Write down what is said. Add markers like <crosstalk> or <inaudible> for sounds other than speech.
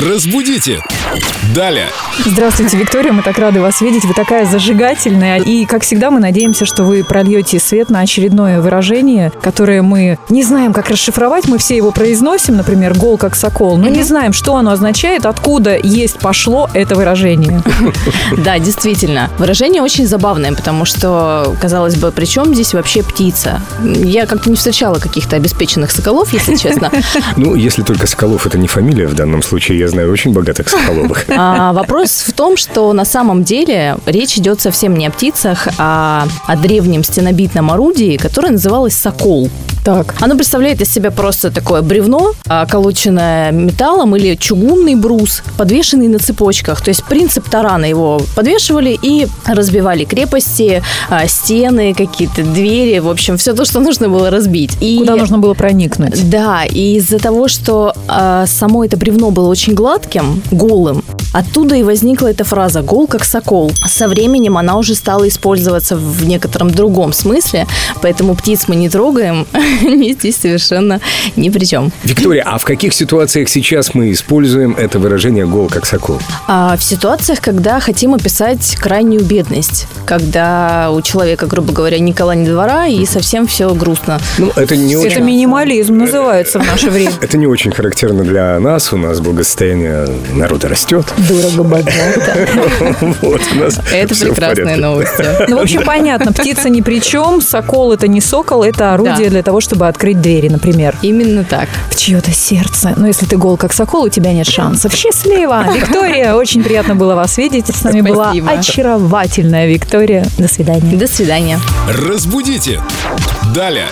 Разбудите! Далее! Здравствуйте, Виктория. Мы так рады вас видеть. Вы такая зажигательная. И, как всегда, мы надеемся, что вы прольете свет на очередное выражение, которое мы не знаем, как расшифровать. Мы все его произносим, например, «гол как сокол», но не знаем, что оно означает, откуда есть пошло это выражение. <laughs> Да, действительно. Выражение очень забавное, потому что, казалось бы, при чем здесь вообще птица? Я как-то не встречала каких-то обеспеченных соколов, если честно. Ну, если только Соколов это не фамилия в данном случае, я знаю очень <laughs> богатых Соколовых. А, вопрос в том, что на самом деле речь идет совсем не о птицах, а о древнем стенобитном орудии, которое называлось сокол. Так. Оно представляет из себя просто такое бревно, а, колоченное металлом или чугунный брус, подвешенный на цепочках. То есть принцип тарана его подвешивали и разбивали крепости, а, стены, какие-то двери, в общем, все то, что нужно было разбить. И Куда нужно было проникнуть? да, и из-за того, что а, само это бревно было очень гладким, голым, оттуда и возникла эта фраза «гол как сокол». Со временем она уже стала использоваться в некотором другом смысле, поэтому птиц мы не трогаем, <laughs> они здесь совершенно ни при чем. Виктория, а в каких ситуациях сейчас мы используем это выражение «гол как сокол»? А в ситуациях, когда хотим описать крайнюю бедность, когда у человека, грубо говоря, ни кола, ни двора, и совсем все грустно. Ну, это не Это очень... минимализм называется в наше время. Это не очень характерно для нас. У нас благосостояние народа растет. Дорого <laughs> Вот, у нас Это всё в прекрасные порядке. <laughs> новости. Ну, в общем, понятно, птица ни при чем, сокол это не сокол, это орудие Да. для того, чтобы открыть двери, например. Именно так. В чье-то сердце. Но если ты гол, как сокол, у тебя нет шансов. Счастливо! Виктория, очень приятно было вас видеть. С нами была Спасибо. очаровательная Виктория. До свидания. До свидания. Разбудите! Далее!